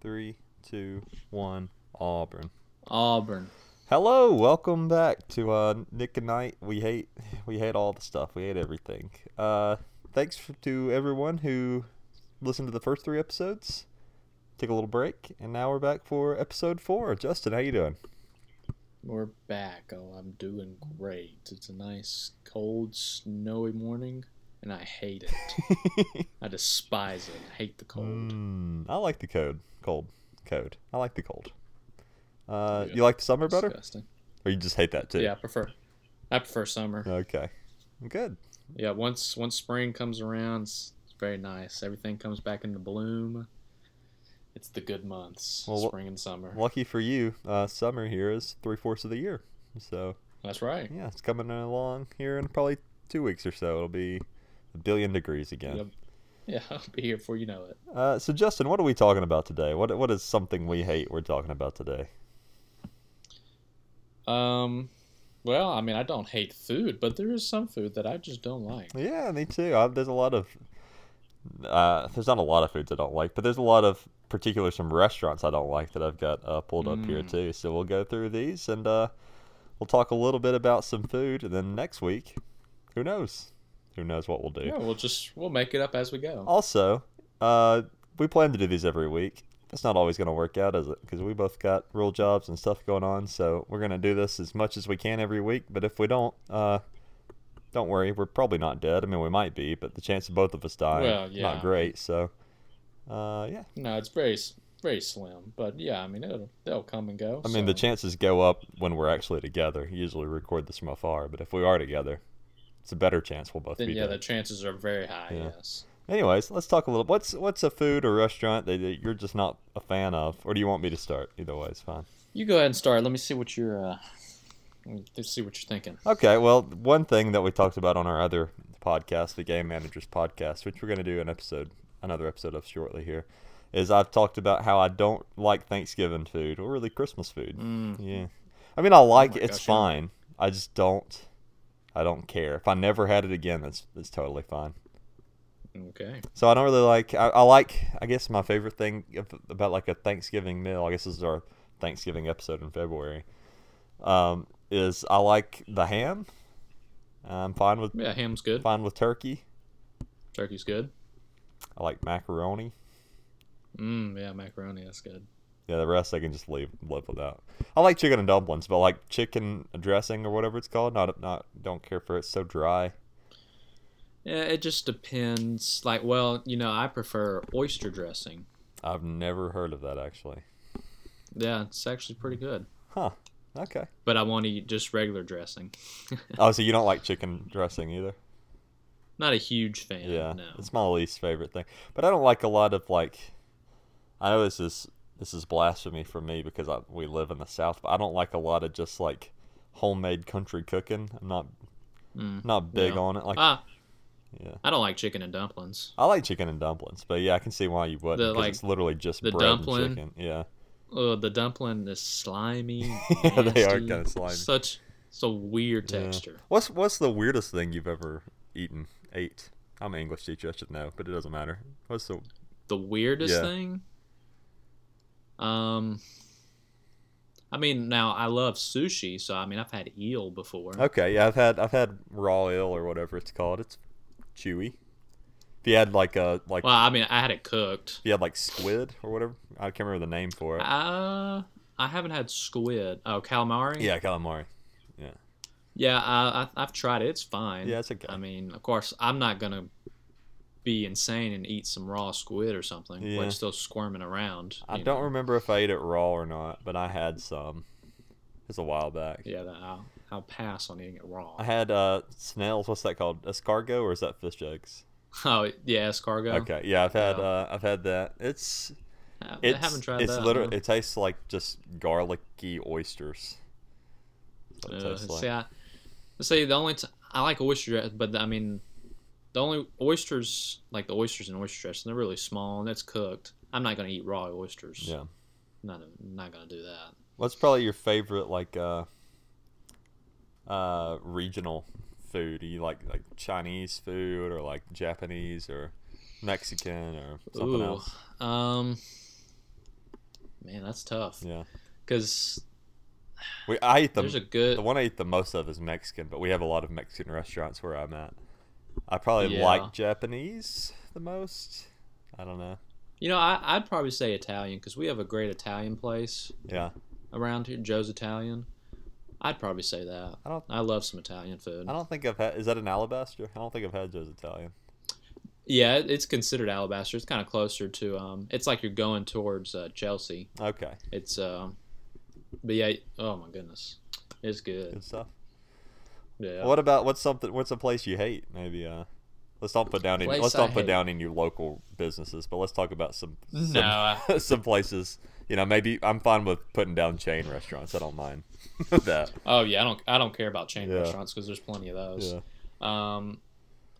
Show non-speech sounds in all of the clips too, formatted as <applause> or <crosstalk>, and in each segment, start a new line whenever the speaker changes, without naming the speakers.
three, two, one. Auburn.
Auburn.
Hello, welcome back to uh, Nick and Knight. We hate we hate all the stuff. We hate everything. Uh, thanks for, to everyone who listened to the first three episodes. Took a little break, and now we're back for episode four. Justin, how you doing?
We're back. Oh, I'm doing great. It's a nice, cold, snowy morning, and I hate it.
<laughs>
I despise it. I hate the cold.
Mm, I like the code. Cold. Code. I like the cold. Uh,
Yeah.
You like the summer better,
Disgusting.
or you just hate that too?
Yeah, I prefer. I prefer summer.
Okay. Good.
Yeah, once once spring comes around, it's, it's very nice. Everything comes back into bloom. It's the good months,
Well, wh-
spring and summer.
Lucky for you, uh, summer here is three fourths of the year. So
That's right.
yeah, it's coming along here in probably two weeks or so. It'll be a billion degrees again.
Yep. Yeah, <laughs> I'll be here before you know it.
Uh, so Justin, what are we talking about today? What what is something we hate? We're talking about today.
Um, well, I mean, I don't hate food, but there is some food that I just don't like.
Yeah, me too. I, there's a lot of uh, there's not a lot of foods I don't like, but there's a lot of particular some restaurants I don't like that I've got uh, pulled up here
Mm.
too. So we'll go through these and uh, we'll talk a little bit about some food, and then next week, who knows? Who knows what we'll do?
Yeah, we'll just we'll make it up as we go.
Also, uh, we plan to do these every week. That's not always going to work out, is it? Because we both got real jobs and stuff going on, so we're going to do this as much as we can every week. But if we don't, uh, don't worry, we're probably not dead. I mean, we might be, but the chance of both of us dying
Well,
is
yeah.
not great. So, uh, yeah.
No, it's very s- very slim, but yeah, I mean, it'll they'll come and go.
I mean, the
so-
chances go up when we're actually together. Usually, we record this from afar, but if we are together, it's a better chance we'll both
then
be
yeah,
dead.
the chances are very high.
Yeah.
Yes.
Anyways, let's talk a little. What's what's a food or restaurant that, that you're just not a fan of, or do you want me to start? Either way, it's fine.
You go ahead and start. Let me see what you're. Uh, let's see what you're thinking.
Okay. Well, one thing that we talked about on our other podcast, the Game Managers Podcast, which we're going to do an episode, another episode of shortly here, is I've talked about how I don't like Thanksgiving food or really Christmas food.
Mm.
Yeah. I mean, I like
Oh my
it. It's
gosh, yeah.
fine. I just don't. I don't care. If I never had it again, that's that's totally fine.
Okay.
So I don't really like. I, I like. I guess my favorite thing ab- about like a Thanksgiving meal. I guess this is our Thanksgiving episode in February. Um, is I like the ham. I'm fine with
Yeah, ham's good.
fine with turkey.
Turkey's good.
I like macaroni.
Mm, yeah, macaroni. That's good.
Yeah, the rest I can just leave live without. I like chicken and dumplings, but like chicken dressing or whatever it's called, not not don't care for it. It's so dry.
Yeah, it just depends. Like, well, you know, I prefer oyster dressing.
I've never heard of that actually.
Yeah, it's actually pretty good.
Huh. Okay.
But I want to eat just regular dressing. <laughs>
Oh, so you don't like chicken dressing either?
Not a huge fan.
Yeah,
no.
it's my least favorite thing. But I don't like a lot of like. I know this is this is blasphemy for me because I, we live in the South, but I don't like a lot of just like homemade country cooking. I'm not
Mm.
not big
Yeah.
on it. Like
Ah,
yeah,
I don't like chicken and dumplings.
I like chicken and dumplings, but yeah, I can see why you wouldn't.
The,
'cause
like,
it's literally just
the
bread
dumpling.
and chicken. Yeah,
Ugh, the dumpling is slimy.
Yeah, <laughs> they are
nasty,
kinda slimy.
Such, it's a weird
Yeah.
texture.
What's what's the weirdest thing you've ever eaten? Ate. I'm an English teacher. I should know, but it doesn't matter. What's the
The weirdest
Yeah.
thing. Um, I mean, now I love sushi, so I mean, I've had eel before.
Okay, yeah, I've had I've had raw eel or whatever it's called. It's chewy. If you had like a like
Well, I mean, I had it cooked.
if you had like squid or whatever, I can't remember the name for it.
Uh, I haven't had squid. Oh, calamari.
yeah, calamari.
Yeah, I, I, I've tried it. It's fine.
Yeah, it's okay.
I mean, of course, I'm not gonna be insane and eat some raw squid or something. Yeah.
Yeah.
it's still squirming around.
I
you
don't
know.
remember if I ate it raw or not, but I had some. It's a while back.
Yeah, that I'll, I'll pass on eating it raw.
I had uh snails. What's that called? Escargot or is that fish eggs?
<laughs> oh yeah, escargot.
Okay, yeah, I've had
Yeah.
uh I've had that. It's
I,
it's
I haven't tried
it's
that.
literally
no.
it tastes like just garlicky oysters. That's what it
Uh,
tastes like.
see, I, see, the only t- I like oyster dress, but I mean, the only oysters like the oysters in oyster dressing, they're really small and it's cooked. I'm not gonna eat raw oysters.
Yeah.
not not gonna do that.
What's probably your favorite like uh uh regional food? Do you like like Chinese food or like Japanese or Mexican or something
Ooh,
else?
um, Man, that's tough.
Yeah.
Because
We I ate
there's a
the
good.
the one I eat the most of is Mexican, but we have a lot of Mexican restaurants where I'm at. I probably
Yeah.
like Japanese the most. I don't know.
You know, I, I'd probably say Italian because we have a great Italian place
Yeah.
around here, Joe's Italian. I'd probably say that.
I don't-
I love some Italian food.
I don't think I've had. Is that an alabaster? I don't think I've had Joe's Italian.
Yeah, it- it's considered Alabaster. It's kind of closer to. Um, it's like you're going towards uh, Chelsea.
Okay,
It's. Um, but yeah. Oh my goodness, it's good.
good stuff.
Yeah.
What about what's something? What's a place you hate? Maybe. Uh, let's don't put down any.
Place
Let's
I
don't put
hate.
down any local businesses, but let's talk about some. some <laughs>
<laughs> No, I-
some places. You know, maybe I'm fine with putting down chain restaurants. I don't mind <laughs> that.
Oh yeah, I don't. I don't care about chain
Yeah.
restaurants because there's plenty of those.
Yeah.
Um,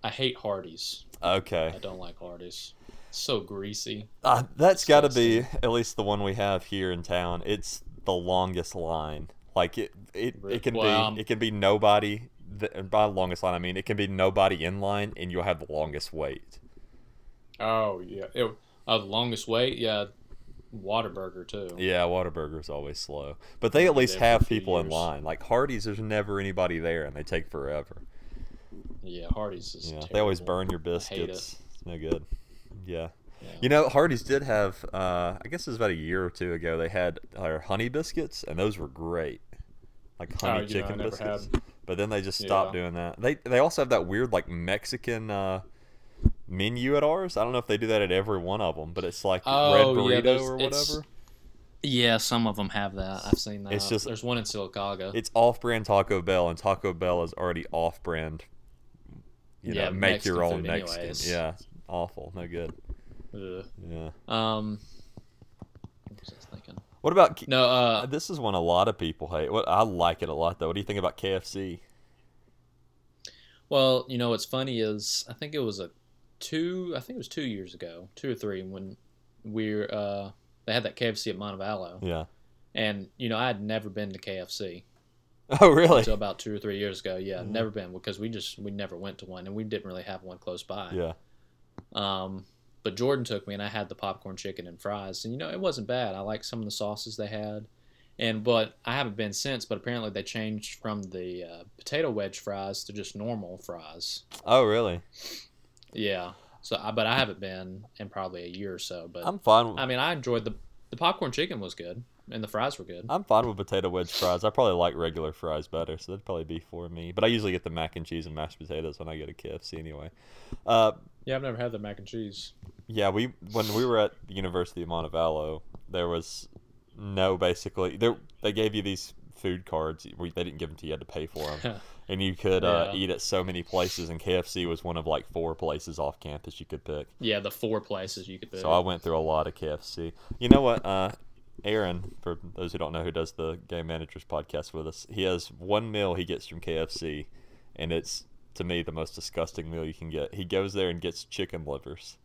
I hate Hardee's.
Okay.
I don't like Hardee's. It's so greasy.
Uh, that's got to be at least the one we have here in town. It's the longest line. Like it, it,
Re-
it can
Well, um,
be, it can be nobody. th- and By longest line, I mean it can be nobody in line, and you'll have the longest wait.
Oh yeah. It, uh, the longest wait. Yeah, Waterburger too.
Yeah, Whataburger's always slow, but they at least
there for
have
a few
people in
years.
line. Like Hardee's, there's never anybody there, and they take forever.
Yeah, Hardee's is.
yeah, they always
terrible.
burn your
hate it.
biscuits. It's no good. Yeah.
Yeah.
You know, Hardee's did have, uh, I guess it was about a year or two ago, they had uh, honey biscuits, and those were great. Like honey
Oh, yeah, I
chicken
never
biscuits. But then they just stopped
Yeah.
doing that. They they also have that weird, like, Mexican uh, menu at ours. I don't know if they do that at every one of them, but it's like red
Oh, yeah,
burrito
those-
or
it's-
whatever.
Yeah, some of them have that. I've seen that.
It's just-
there's one in Silicaga.
It's off brand Taco Bell, and Taco Bell is already off brand. You
Yeah,
know, make your
Mexican
own
food
Mexican.
anyways.
Yeah, awful. No good.
Ugh.
Yeah.
Um, what was I thinking?
What about
No,
Uh,
uh,
This is one a lot of people hate. What I like it a lot though. What do you think about KFC?
well, you know what's funny is I think it was a two, I think it was two years ago, two or three, when we're uh, they had that KFC at Montevallo,
Yeah. <laughs>
and you know I had never been to KFC
Oh really?
until about two or three years ago. Yeah,
Mhm.
never been because we just we never went to one, and we didn't really have one close by.
Yeah.
Um, but Jordan took me, and I had the popcorn chicken and fries, and you know it wasn't bad. I liked some of the sauces they had, and but I haven't been since. But apparently they changed from the uh, potato wedge fries to just normal fries.
Oh really?
Yeah. So, I, but I haven't been in probably a year or so. But i
I'm fine. With,
mean, I enjoyed the the popcorn chicken was good, and the fries were good.
I'm fine with potato wedge fries. I probably like regular fries better, so that'd probably be for me. But I usually get the mac and cheese and mashed potatoes when I go to KFC anyway. Uh,
yeah, I've never had the mac and cheese.
Yeah, we when we were at the University of Montevallo, there was no basically there they gave you these food cards. We, they didn't give them to you; you had to pay for them, and you could uh,
Yeah.
eat at so many places. And KFC was one of like four places off campus you could pick.
Yeah, the four places you could. Pick.
So I went through a lot of KFC. You know what, uh, Aaron? For those who don't know, who does the Game Managers podcast with us, he has one meal he gets from KFC, and it's to me the most disgusting meal you can get. He goes there and gets chicken livers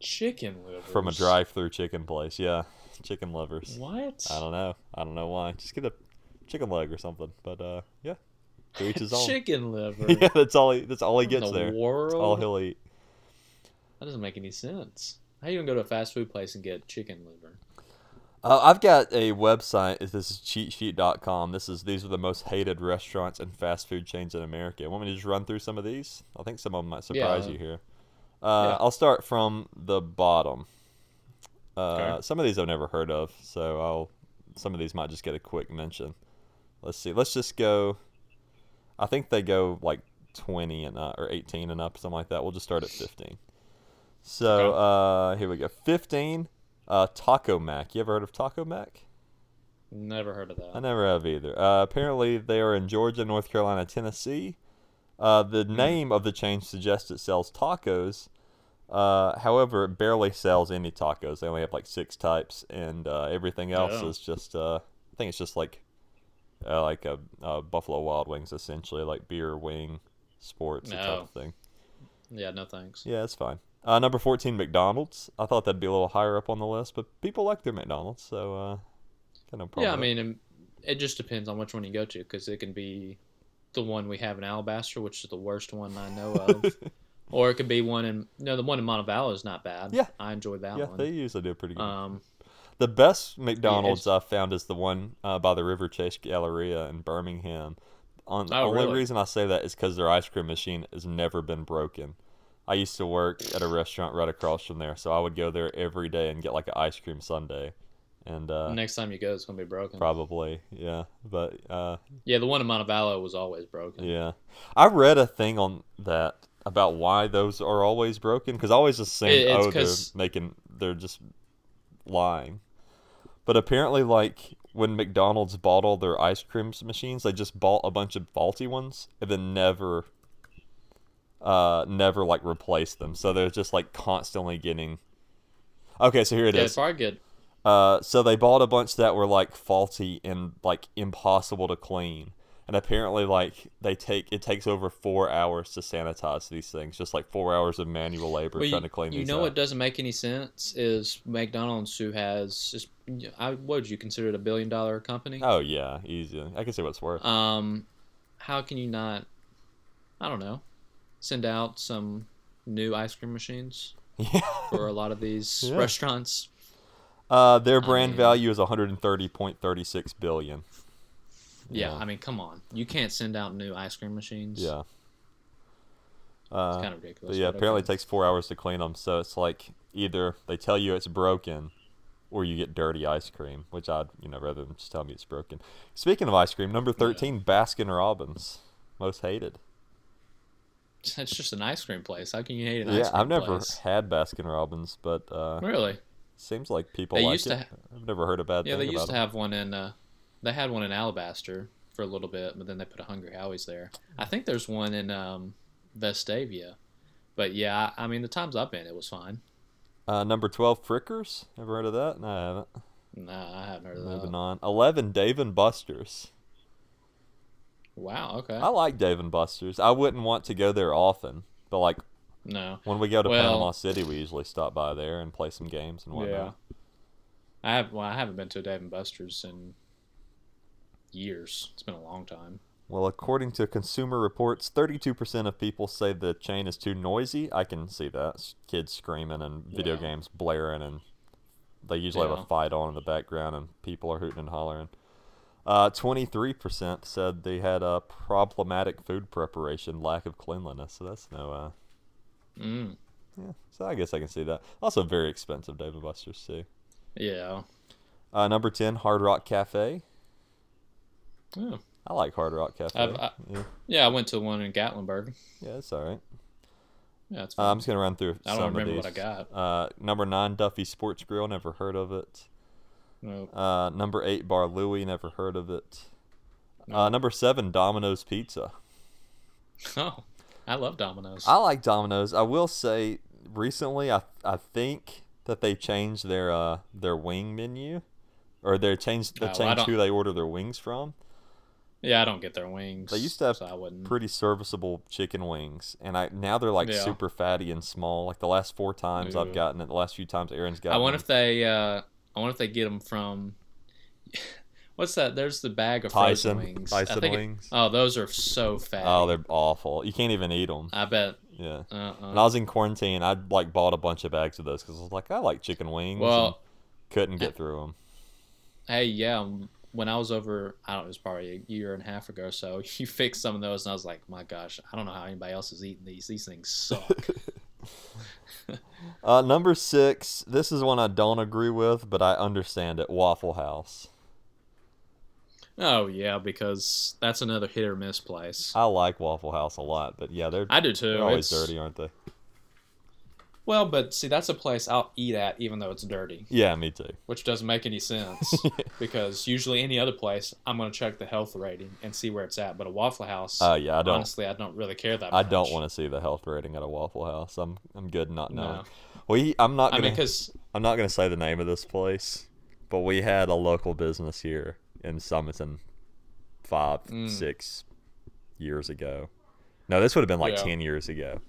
chicken livers
from a drive-through chicken place. Yeah, chicken lovers.
What?
I don't know. I don't know why. Just get a chicken leg or something. But uh, yeah, to
<laughs>
each his own.
Chicken liver.
<laughs> yeah, that's all. He, that's all he
What in
gets
the
there.
World?
That's all he'll eat.
That doesn't make any sense. How you gonna go to a fast food place and get chicken liver?
Uh, I've got a website. This is cheatsheet.com. This is these are the most hated restaurants and fast food chains in America. Want me to just run through some of these? I think some of them might surprise
Yeah.
you here. Uh,
Yeah.
I'll start from the bottom. Uh,
Okay.
Some of these I've never heard of, so I'll. Some of these might just get a quick mention. Let's see. Let's just go. I think they go like twenty and up, or eighteen and up, something like that. We'll just start at fifteen. So uh, here we go. Fifteen. Uh, Taco Mac. You ever heard of Taco Mac?
Never heard of
I
that.
never have either. Uh, apparently, they are in Georgia, North Carolina, Tennessee. Uh, the
Hmm.
name of the chain suggests it sells tacos. Uh, however, it barely sells any tacos. They only have like six types, and uh, everything else
Oh.
is just. Uh, I think it's just like, uh, like a uh, Buffalo Wild Wings, essentially, like beer, wing, sports, that type
No.
of thing.
Yeah, no thanks.
Yeah, that's fine. Uh, number fourteen, McDonald's. I thought that'd be a little higher up on the list, but people like their McDonald's, so uh, kind of.
Yeah, I mean, it, it just depends on which one you go to because it can be the one we have in Alabaster, which is the worst one I know
<laughs>
of, or it could be one in no, the one in Montevallo is not bad.
Yeah.
I enjoyed that
yeah,
one.
they usually do a pretty good.
um,
The best McDonald's I've found is the one uh, by the River Chase Galleria in Birmingham. On, the
Oh,
only
really?
reason I say that is because their ice cream machine has never been broken. I used to work at a restaurant right across from there, so I would go there every day and get like an ice cream sundae, and uh,
Next time you go, it's gonna be broken.
probably yeah. But uh,
Yeah, the one in Montevallo was always broken.
yeah, I read a thing on that about why those are always broken because I always assume
It- it's
oh they're
'cause-
making they're just lying, but apparently like when McDonald's bought all their ice cream machines, they just bought a bunch of faulty ones and then never, uh, never like replaced them. So they're just like constantly getting. Okay, so here it
Yeah,
is.
it's probably good.
Uh, so they bought a bunch that were like faulty and like impossible to clean. And apparently, like they take it takes over four hours to sanitize these things, just like four hours of manual labor
Well, you,
trying to clean
you
these. uh,
know
up.
what doesn't make any sense is McDonald's, who has just, I what would you consider it a billion dollar company?
Oh yeah, easy. I can see what's worth.
Um, how can you not? I don't know. Send out some new ice cream machines
<laughs> Yeah.
for a lot of these
Yeah.
restaurants.
Uh, their brand
mean-
value is 130.36 billion.
Yeah,
Yeah.
I mean, come on, you can't send out new ice cream machines.
Yeah.
it's
Uh,
kind of
but
ridiculous.
yeah,
but
apparently
<laughs>
it
okay.
takes four hours to clean them, so it's like either they tell you it's broken, or you get dirty ice cream, which I'd you know rather than just tell me it's broken. Speaking of ice cream, number thirteen, Baskin Robbins, most hated.
it's just an ice cream place. How can you hate an ice
yeah,
cream
I've never
place?
had Baskin Robbins, but uh, <laughs>
Really?
seems like people
They
like
used
it.
to ha-
I've never heard a bad
Yeah,
thing
they used
about
to
it.
have one in. Uh, they had one in Alabaster for a little bit, but then they put a Hungry Howie's there. I think there's one in um, Vestavia, but yeah, I, I mean the times I've been, it was fine.
Uh, number twelve, Frickers. Ever heard of that? No, I haven't.
Nah, I haven't heard of
Moving
that.
on. Eleven, Dave and Buster's.
Wow. Okay.
I like Dave and Buster's. I wouldn't want to go there often, but like
no.
When we go to
Well-
Panama City, we usually stop by there and play some games and
Yeah.
whatnot.
I have. Well, I haven't been to a Dave and Buster's in years. It's been a long time.
Well, according to Consumer Reports, 32% of people say the chain is too noisy. I can see that. S- Kids screaming and video
Yeah.
games blaring, and they usually have a
Yeah.
fight on in the background, and people are hooting and hollering. Uh, 23% said they had a problematic food preparation, lack of cleanliness. So that's no. Uh,
Mm.
yeah. So I guess I can see that. Also, very expensive, David Buster's, too.
Yeah.
Uh, number 10, Hard Rock Cafe.
Yeah.
I like Hard Rock Cafe.
I've- I-
yeah.
Yeah, I went to one in Gatlinburg.
yeah, it's all right.
Yeah, it's
Uh,
fine.
I'm just gonna run through
I don't
some
remember
of
what I
these.
got.
Uh, number nine, Duffy Sports Grill. Never heard of it.
No,
Uh, number eight, Bar Louie. Never heard of it. Uh,
No.
number seven, Domino's Pizza.
<laughs> Oh, I love Domino's.
I like Domino's. I will say, recently, I I think that they changed their uh their wing menu, or they changed they
Oh, I
changed
don't-
who they order their wings from.
Yeah, I don't get their wings.
They used to have
so I wouldn't.
pretty serviceable chicken wings, and I now they're like
Yeah.
super fatty and small. Like the last four times I've
Yeah.
gotten it, the last few times Aaron's gotten.
I wonder
them.
if they. Uh, I wonder if they get them from. <laughs> What's that? There's the bag of
Tyson
frozen wings. I
Tyson
think it-
wings.
oh, those are so fat.
oh, they're awful. You can't even eat them.
I bet.
Yeah. When I
Uh-uh.
was in quarantine, I like bought a bunch of bags of those because I was like, I like chicken wings. and
Well,
couldn't get through
<laughs>
them.
hey, yeah. um, When I was over, I don't know, it was probably a year and a half ago or so, <laughs> you fixed some of those, and I was like, my gosh, I don't know how anybody else is eating these. These things suck.
<laughs> Uh, number six. This is one I don't agree with, but I understand it. Waffle House.
oh, yeah, because that's another hit or miss place.
I like Waffle House a lot, but yeah, they're,
I do too.
they're always
It's-
dirty, aren't they?
Well, but see, that's a place I'll eat at even though it's dirty,
Yeah, me too.
which doesn't make
<laughs>
any sense because usually any other place, I'm going to check the health rating and see where it's at. But a Waffle House,
Oh yeah, I don't.
honestly, I don't really care that
I
much.
don't want to see the health rating at a Waffle House. I'm I'm good not knowing.
No.
We I'm not
I
gonna
mean, because,
I'm not gonna say the name of this place, but we had a local business here in Summerton five
Mm.
six years ago. No, this would have been like
Yeah.
ten years ago,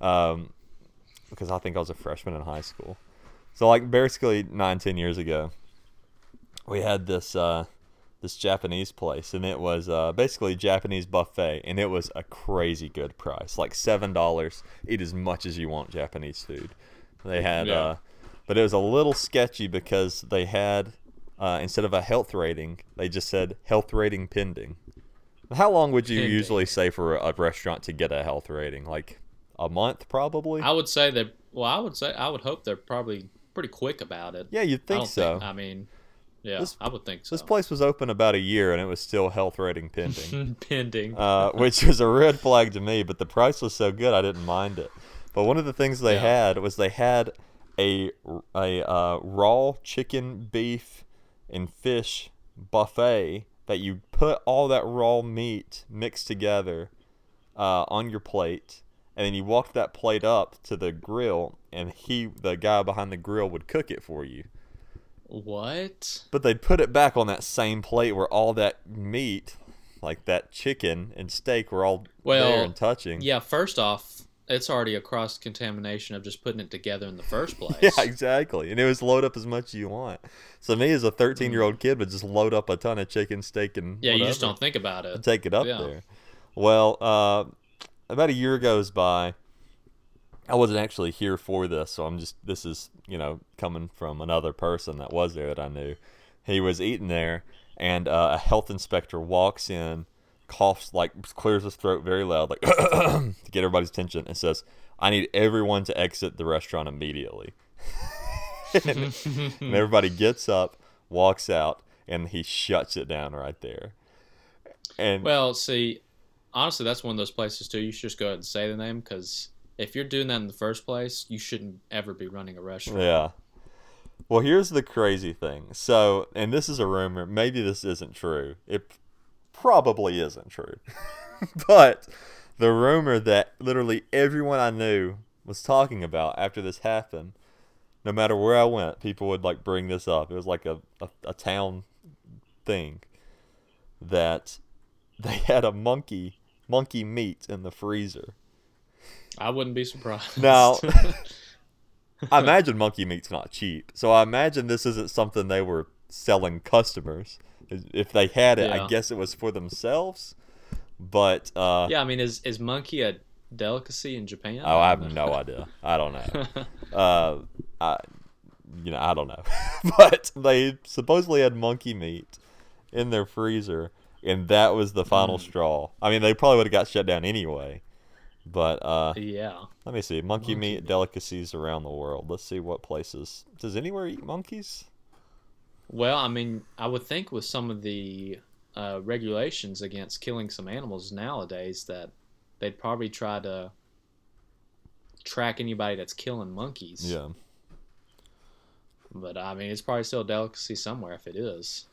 um, because I think I was a freshman in high school. So like basically nine ten years ago, we had this uh, this Japanese place, and it was uh, basically Japanese buffet, and it was a crazy good price, like seven dollars. Eat as much as you want Japanese food. They had
Yeah.
uh, but it was a little sketchy because they had uh, instead of a health rating, they just said health rating pending. How long would you
Pending.
usually say for a, a restaurant to get a health rating? Like a month, probably.
I would say that. Well, I would say I would hope they're probably pretty quick about it.
yeah, you'd
I
think
don't
so.
I mean, yeah,
This-
I would think so.
this place was open about a year and it was still health rating pending.
<laughs> pending.
uh, which was a red flag to me. But the price was so good, I didn't mind it. But one of the things they
Yeah.
had was they had a a uh, raw chicken, beef, and fish buffet that you put all that raw meat mixed together uh, on your plate, and then you walked that plate up to the grill, and he, the guy behind the grill, would cook it for you.
what?
But they'd put it back on that same plate where all that meat, like that chicken and steak, were all there
Well,
and touching.
Yeah. First off, it's already a cross contamination of just putting it together in
<laughs>
the first place.
<laughs> Yeah, exactly. And it was load up as much as you want. So me as a 13 year old kid would just load up a ton of chicken, steak, and
Yeah, you just
whatever
don't think about
and
it.
take it up
Yeah.
there. Well, uh, about a year goes by. I wasn't actually here for this, so I'm just this is you know coming from another person that was there that I knew. He was eating there, and uh, a health inspector walks in, coughs like clears his throat very loud, like <clears throat> to get everybody's attention, and says, "I need everyone to exit the restaurant immediately." and,
Hmm.
<laughs> and everybody gets up, walks out, and he shuts it down right there. And
<laughs> Well, see, honestly, that's one of those places too. You should just go ahead and say the name because if you're doing that in the first place, you shouldn't ever be running a restaurant.
Yeah. Well, here's the crazy thing. So, and this is a rumor. Maybe this isn't true. It probably isn't true. but the rumor that literally everyone I knew was talking about after this happened, no matter where I went, people would like bring this up. It was like a, a, a town thing that they <laughs> had a monkey monkey meat in the freezer.
I wouldn't be surprised.
Now- I imagine monkey meat's not cheap, so I imagine this isn't something they were selling customers. If they had it, I
Yeah.
guess it was for themselves. But uh,
<laughs> yeah, I mean, is is monkey a delicacy in Japan?
oh, I have no idea. I don't
<laughs>
know. Uh, I, you know, I don't know. <laughs> but they supposedly had monkey meat in their freezer, and that was the
Mm.
final straw. I mean, they probably would have got shut down anyway. But uh,
yeah.
let me see, monkey,
Monkey
meat delicacies around the world. Let's see what places. Does anywhere eat monkeys?
Well, I mean, I would think with some of the uh, regulations against killing some animals nowadays, that they'd probably try to track anybody that's killing monkeys.
Yeah.
But I mean, it's probably still a delicacy somewhere if it is.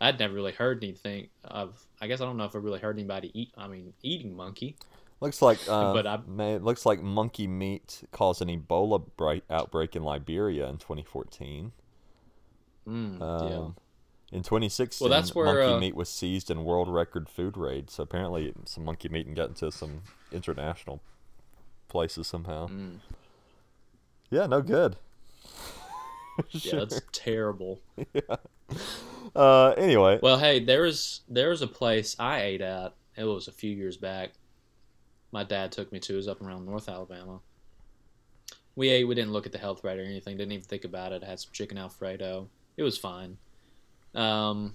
I'd never really heard anything of. I guess I don't know if I really heard anybody eat. I mean, eating monkey.
Looks like uh,
But I-
ma- it looks like monkey meat caused an Ebola bright outbreak in Liberia in 2014.
Mm,
Um,
yeah.
In 2016,
that's where,
monkey
uh,
meat was seized in world record food raid. So apparently, some monkey meat and got into some international places somehow.
Mm.
Yeah, no good.
<laughs> Yeah, that's terrible.
<laughs> Uh, anyway,
Well, hey, there was there was a place I ate at. It was a few years back. My dad took me to. It was up around North Alabama. We ate. We didn't look at the health rate or anything. Didn't even think about it. Had some chicken alfredo. It was fine. Um,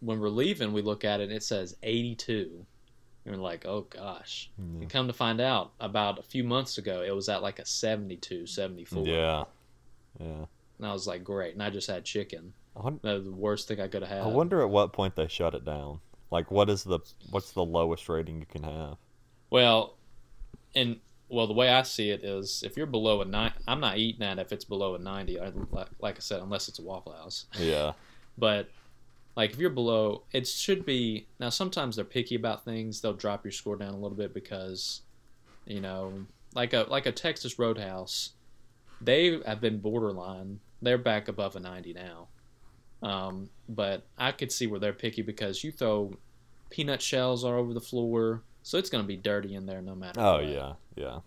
when we're leaving, we look at it. and It says 82. And we're like, oh gosh.
yeah.
And come to find out, about a few months ago, it was at like a 72, 74.
yeah, yeah.
And I was like, great. And I just had chicken.
I won-
That was the worst thing I could have had.
I wonder at what point they shut it down. Like, what is the what's the lowest rating you can have?
Well, and well, the way I see it is, if you're below a nine, I'm not eating that if it's below a ninety. I, like, like I said, unless it's a Waffle House. <laughs>
Yeah,
But like if you're below, it should be now. Sometimes they're picky about things; they'll drop your score down a little bit because, you know, like a like a Texas Roadhouse, they have been borderline. They're back above a ninety now. Um, but I could see where they're picky because you throw peanut shells all over the floor, so it's going to be dirty in there no matter.
Oh
what.
yeah, yeah.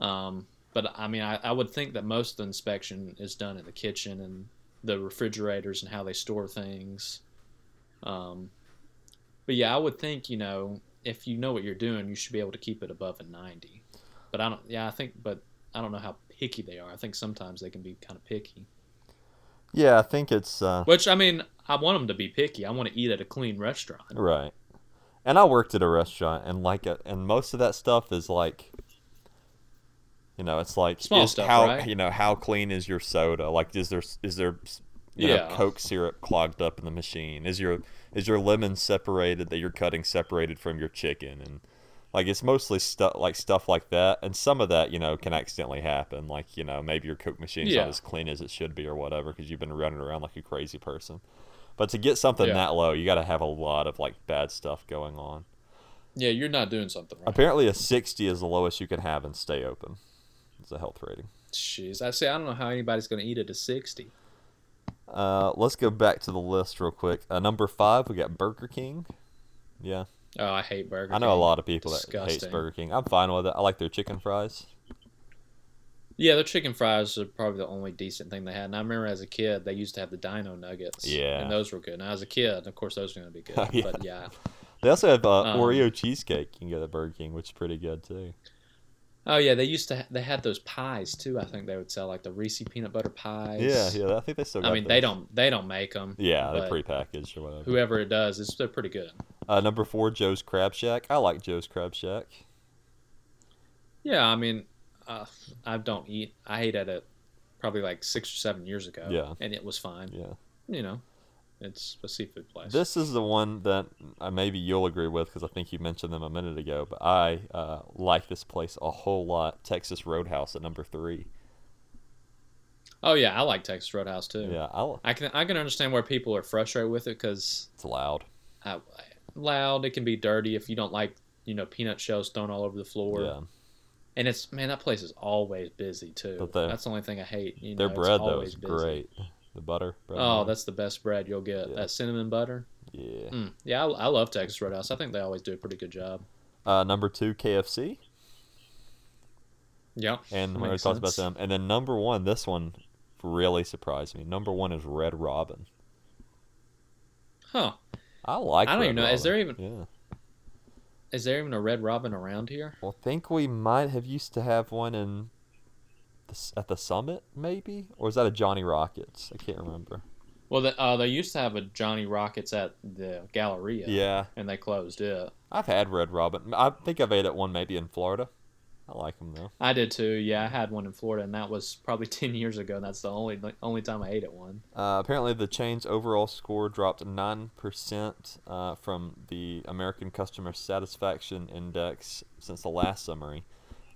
Um, but I mean, I, I would think that most of the inspection is done in the kitchen and the refrigerators and how they store things. Um, but yeah, I would think you know if you know what you're doing, you should be able to keep it above a ninety. But I don't. Yeah, I think. But I don't know how picky they are. I think sometimes they can be kind of picky.
Yeah, I think it's uh,
Which I mean, I want them to be picky. I want to eat at a clean restaurant.
right. And I worked at a restaurant, and like, a, and most of that stuff is like, you know, it's like
Small
is
stuff,
how
right?
you know how clean is your soda? Like, is there is there you know,
Yeah.
Coke syrup clogged up in the machine? Is your is your lemon separated that you're cutting separated from your chicken? And like, it's mostly stuff like stuff like that, and some of that you know can accidentally happen. Like, you know, maybe your Coke machine's
Yeah.
not as clean as it should be or whatever because you've been running around like a crazy person. But to get something
Yeah.
that low, you got to have a lot of like bad stuff going on.
Yeah, you're not doing something right.
Apparently, a 60 is the lowest you can have and stay open. It's a health rating.
Jeez, I say I don't know how anybody's going to eat at a sixty.
Uh, let's go back to the list real quick. Uh, number five, we got Burger King. Yeah,
Oh, I hate burgers.
I know a lot of people that hates
Disgusting.
Burger King. I'm fine with it. I like their chicken fries.
Yeah, their chicken fries are probably the only decent thing they had. And I remember as a kid, they used to have the Dino Nuggets.
Yeah. Oh,
and those were good. And I was a kid, of course, those are going to be
<laughs>
good.
Yeah.
But yeah,
They also have uh,
Um,
Oreo cheesecake. You can get at Burger King, which is pretty good too.
oh yeah, they used to ha- they had those pies too. I think they would sell like the Reese peanut butter pies.
Yeah, yeah. I think they still. Got
I mean,
those.
they don't they don't make them.
Yeah, they're
but
prepackaged or whatever.
Whoever it does, it's, they're pretty good.
Uh, number four, Joe's Crab Shack. I like Joe's Crab Shack.
Yeah, I mean, uh, I don't eat. I ate at it probably like six or seven years ago.
Yeah.
and it was fine.
Yeah.
You know, it's a seafood place.
This is the one that uh, maybe you'll agree with because I think you mentioned them a minute ago. But I uh, like this place a whole lot. Texas Roadhouse at number three.
oh yeah, I like Texas Roadhouse too.
Yeah, I,
I can I can understand where people are frustrated with it because
it's loud.
loud it can be dirty if you don't like you know peanut shells thrown all over the floor
yeah,
and it's man that place is always busy too.
But they-
that's the only thing I hate. You
their
know, it's
bread though
always
is
busy.
great. The butter. Bread and
Oh,
butter.
that's the best bread you'll get.
Yeah.
That cinnamon butter.
yeah.
Mm. Yeah, I, I love Texas Roadhouse. I think they always do a pretty good job.
Uh, number two, KFC,
Yeah,
and we already
makes
talked about
sense.
them. And then number one, this one really surprised me. Number one is Red Robin.
Huh?
I like.
I don't
Red
even know. Is
Robin.
there even-
Yeah.
Is there even a Red Robin around here?
Well, I think we might have used to have one in the, s- at the summit, maybe, or is that a Johnny Rockets? I can't remember.
Well, the, uh, they used to have a Johnny Rockets at the Galleria.
Yeah,
and they closed it.
I've had Red Robin. I think I've ate at one maybe in Florida. I like them though.
I did too. Yeah, I had one in Florida, and that was probably <laughs> ten years ago. And that's the only only time I ate at one.
Uh, apparently, the chain's overall score dropped nine percent uh, from the American Customer Satisfaction Index since the last summary.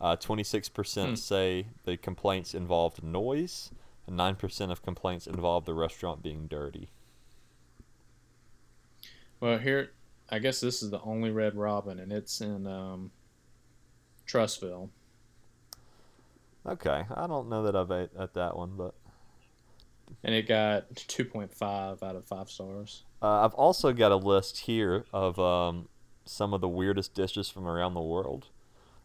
Uh, Twenty-six
Hmm.
percent say the complaints involved noise, and nine percent of complaints involved the restaurant being dirty.
Well, here, I guess this is the only Red Robin, and it's in um, Trustville.
Okay, I don't know that I've ate at that one, but
And it got 2.5 out of 5 stars.
uh, I've also got a list here of um, some of the weirdest dishes from around the world.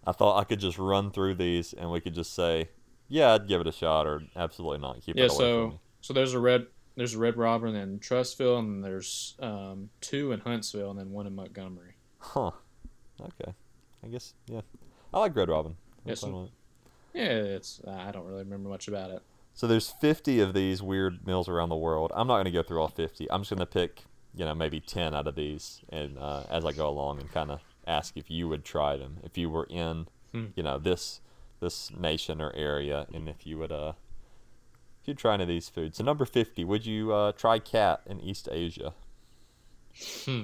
I thought I could just run through these and we could just say, yeah, I'd give it a shot or absolutely not. Keep
Yeah,
it away
so-
from me.
So there's a Red there's a Red Robin in Trustville, and there's um, two in Huntsville, and then one in Montgomery.
Huh. Okay. I guess, yeah. I like Red Robin. I'm
Yes,
fine
sir.
with it.
Yeah, it's I don't really remember much about it. <laughs>
So there's 50 of these weird meals around the world. I'm not going to go through all 50. I'm just going to pick, you know, maybe 10 out of these, and uh, as I go along, and kind of ask if you would try them, if you were in,
Hmm.
you know, this this nation or area, and if you would uh, if you'd try any of these foods. So number 50, would you uh, try cat in East Asia?
Hmm.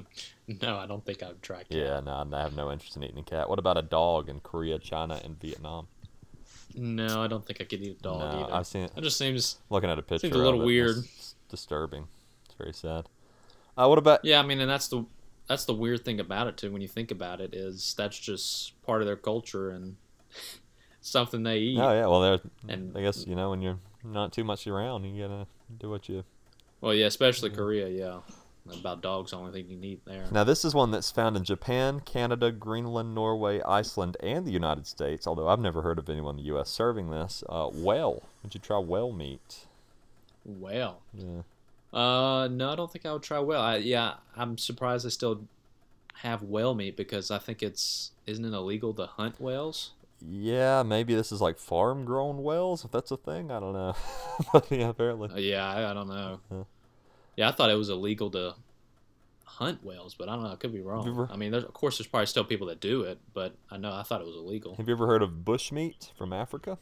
No, I don't think I've tried.
Yeah,
cat.
no, I have no interest in eating a cat. What about a dog in Korea, China, and Vietnam?
No, I don't think I could eat a dog
no,
either.
I've seen it.
That just seems.
looking at a picture.
a little
of it,
weird.
It's, it's disturbing. It's very sad. Uh, what about
Yeah, I mean, and that's the that's the weird thing about it too. When you think about it, is that's just part of their culture and <laughs> something they eat.
Oh yeah, well there's
And-
I guess you know when you're not too much around, you gotta do what you.
Well, yeah, especially Korea. Yeah, about dogs, the only thing you can eat there.
Now this is one that's found in Japan, Canada, Greenland, Norway, Iceland, and the United States. Although I've never heard of anyone in the U.S. serving this. Uh, whale. Would you try whale meat?
Well,
Yeah.
uh, no, I don't think I would try whale. I, yeah, I'm surprised they still have whale meat because I think it's isn't it illegal to hunt whales?
yeah, maybe this is like farm grown wells, if that's a thing. I don't know. <laughs> but yeah, apparently.
Uh, Yeah, I, I don't know.
Yeah.
Yeah, I thought it was illegal to hunt whales, but I don't know. I could be
You
wrong.
were-
I mean, there's, of course, there's probably still people that do it, but I know I thought it was
<laughs>
illegal.
Have you ever heard of bushmeat from Africa?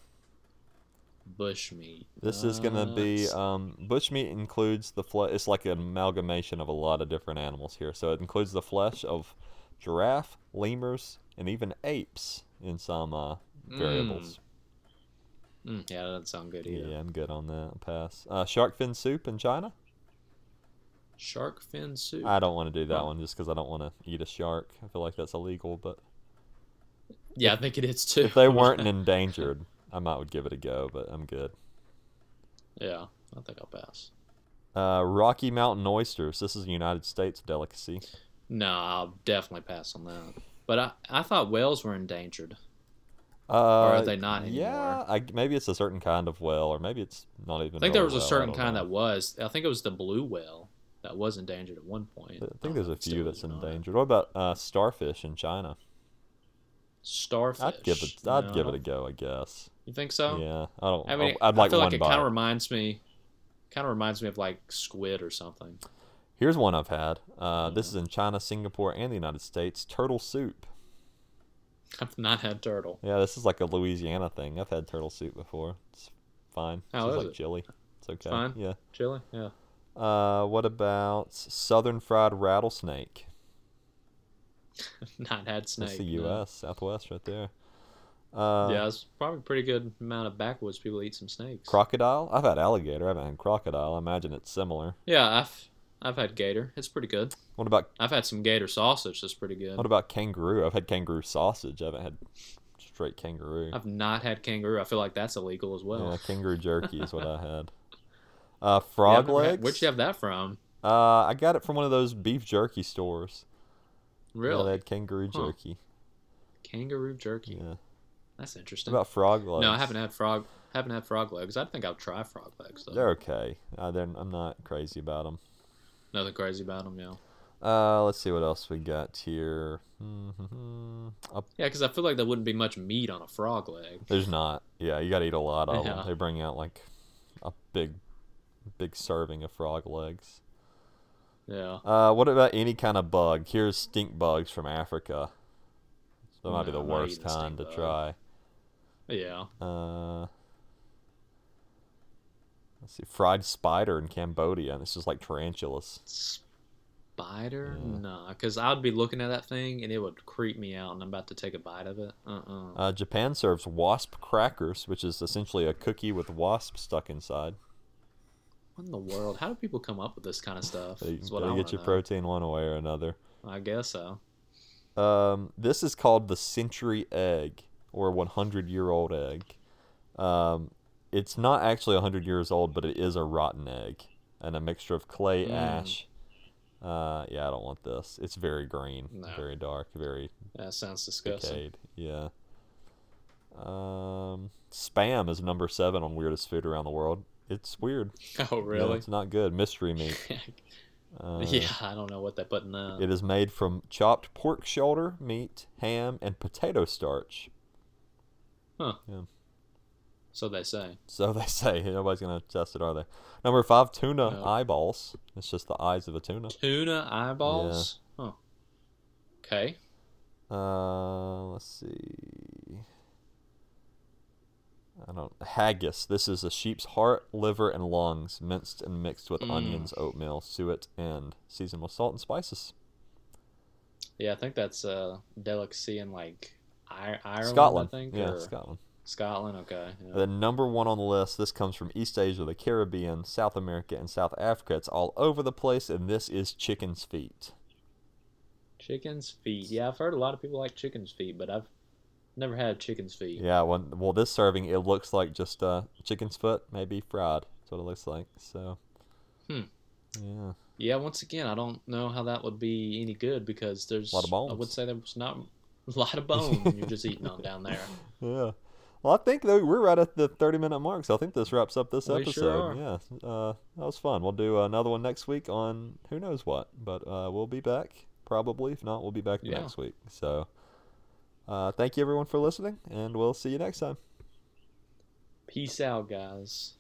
Bushmeat.
This is going to
Uh,
be
s-
um, bushmeat includes the flesh. It's like an amalgamation of a lot of different animals here. So it includes the flesh of giraffe, lemurs, and even apes in some uh, variables.
mm, yeah, that doesn't sound Mm, good
Yeah.
either.
I'm good on that. I'll pass. Uh, shark fin soup in China.
Shark fin soup.
I don't want to do that
Huh.
one just because I don't want to eat a shark. I feel like that's illegal.
<laughs>
But
yeah, I think it is too.
if they
<laughs>
weren't endangered, I might would give it a go. But I'm good.
yeah, I think I'll pass.
Uh, Rocky Mountain oysters. This is a United States delicacy.
No, I'll definitely pass on that. But I, I thought whales were endangered.
Uh,
are they not
Yeah,
anymore?
I, maybe it's a certain kind of whale, or maybe it's not even.
I think there was
really
a
whale, I
certain
don't
kind
know.
that was. I think it was the blue whale that was endangered at one point.
I think
don't
there's
know
a
if it still
few
is
that's
or not.
endangered. What about uh, starfish in China?
Starfish.
I'd give it. I'd
No, I
give it a
don't-
go, I guess.
You think so?
Yeah, I don't.
I mean,
I'd like
I feel
one
like it
bite.
kind of reminds me, kind of reminds me of like squid or something. <laughs>
Here's one I've had. Uh, This
Mhm.
is in China, Singapore, and the United States. Turtle soup.
I've not had turtle.
Yeah, this is like a Louisiana thing. I've had turtle soup before. It's fine.
How
it's
Oh, is
like
it?
chili. It's okay.
fine?
Yeah.
Chili. Yeah. <laughs>
Uh, what about southern fried rattlesnake?
not had snake.
That's the
no.
U.S. Southwest right there. Uh,
yeah, it's probably a pretty good amount of backwoods people eat some snakes.
Crocodile? I've had alligator. I haven't had crocodile. I imagine it's similar.
yeah, I've I've had gator. It's pretty good.
What about
I've had some gator sausage. That's pretty good.
what about kangaroo? I've had kangaroo sausage. I haven't had straight kangaroo.
I've not had kangaroo. I feel like that's illegal as well.
Yeah,
Yeah,
kangaroo jerky is what
<laughs>
I had. Uh,
I've
frog
never had-
legs.
where'd you have that from?
Uh, I got it from one of those beef jerky stores. Yeah,
Really?
they had kangaroo
Huh.
jerky.
kangaroo jerky.
Yeah.
That's interesting.
What about frog legs?
no, I haven't had frog. Haven't had frog legs. I think I'll try frog legs though.
They're okay. Uh, they're, I'm not crazy about them.
Nothing crazy about them, yeah.
Uh, let's see what else we got here. Mhm. A
Yeah, because I feel like there wouldn't be much meat on a frog leg.
There's not. Yeah, you got to eat a lot of
Yeah.
them. They bring out like a big, big serving of frog legs.
Yeah.
Uh, what about any kind of bug? Here's stink bugs from Africa. That might be
No,
the
I'm not
worst
eating a
kind
stink
to
bug.
try.
Yeah.
Uh, let's see, fried spider in Cambodia. and This is like tarantulas.
Spider?
Yeah.
Nah, because I'd be looking at that thing and it would creep me out, and I'm about to take a bite of it. Uh uh
Uh, Japan serves wasp crackers, which is essentially a cookie with wasps stuck inside.
What in the world? How do people come up with this kind of stuff?
They,
Is what
they
I
get your
wanna know.
protein one way or another.
I guess so.
Um, this is called the century egg or 100 year old egg. Um, it's not actually 100 years old, but it is a rotten egg and a mixture of clay
Mm.
ash. Uh, yeah, I don't want this. It's very green,
No.
very dark, very
That sounds disgusting.
decayed. Yeah. Um, spam is number seven on weirdest food around the world. It's weird.
<laughs> Oh,
Yeah,
really?
it's not good. Mystery
<laughs>
meat.
Yeah,
Uh,
I don't know what they put in that.
It is made from chopped pork shoulder, meat, ham, and potato starch.
So they say.
So <laughs> they say nobody's gonna test it, are they? Number five, tuna
No.
eyeballs. It's just the eyes of a tuna.
Tuna eyeballs? Huh. Okay.
Uh, let's see. I don't haggis. This is a sheep's heart, liver, and lungs minced and mixed with
Mm.
onions, oatmeal, suet, and seasoned with salt and spices.
Yeah, I think that's a delicacy in like I- Ireland,
Scotland,
I think.
yeah,
or
Scotland.
Scotland, okay. yeah.
The number one on the list. This comes from East Asia, the Caribbean, South America, and South Africa. It's all over the place, and this is chicken's feet.
Chicken's feet. Yeah, I've heard a lot of people like chicken's feet, but I've never had chicken's feet.
Yeah, when, well, this serving it looks like just uh, chicken's foot, maybe fried. That's what it looks like. So,
Hmm.
yeah,
Yeah, once again, I don't know how that would be any good because there's
Lot of
I would
bones.
say there's not <laughs> a lot of bone you're just eating on down there.
yeah. Well, I think though we're right at the thirty-minute mark, so I think this wraps up this
We
episode.
sure are.
Yeah, uh, that was fun. We'll do another one next week on who knows what, but uh, we'll be back probably. If not, we'll be back the
Yeah.
next week. So, Uh, thank you, everyone, for listening, and we'll see you next time.
Peace out, guys.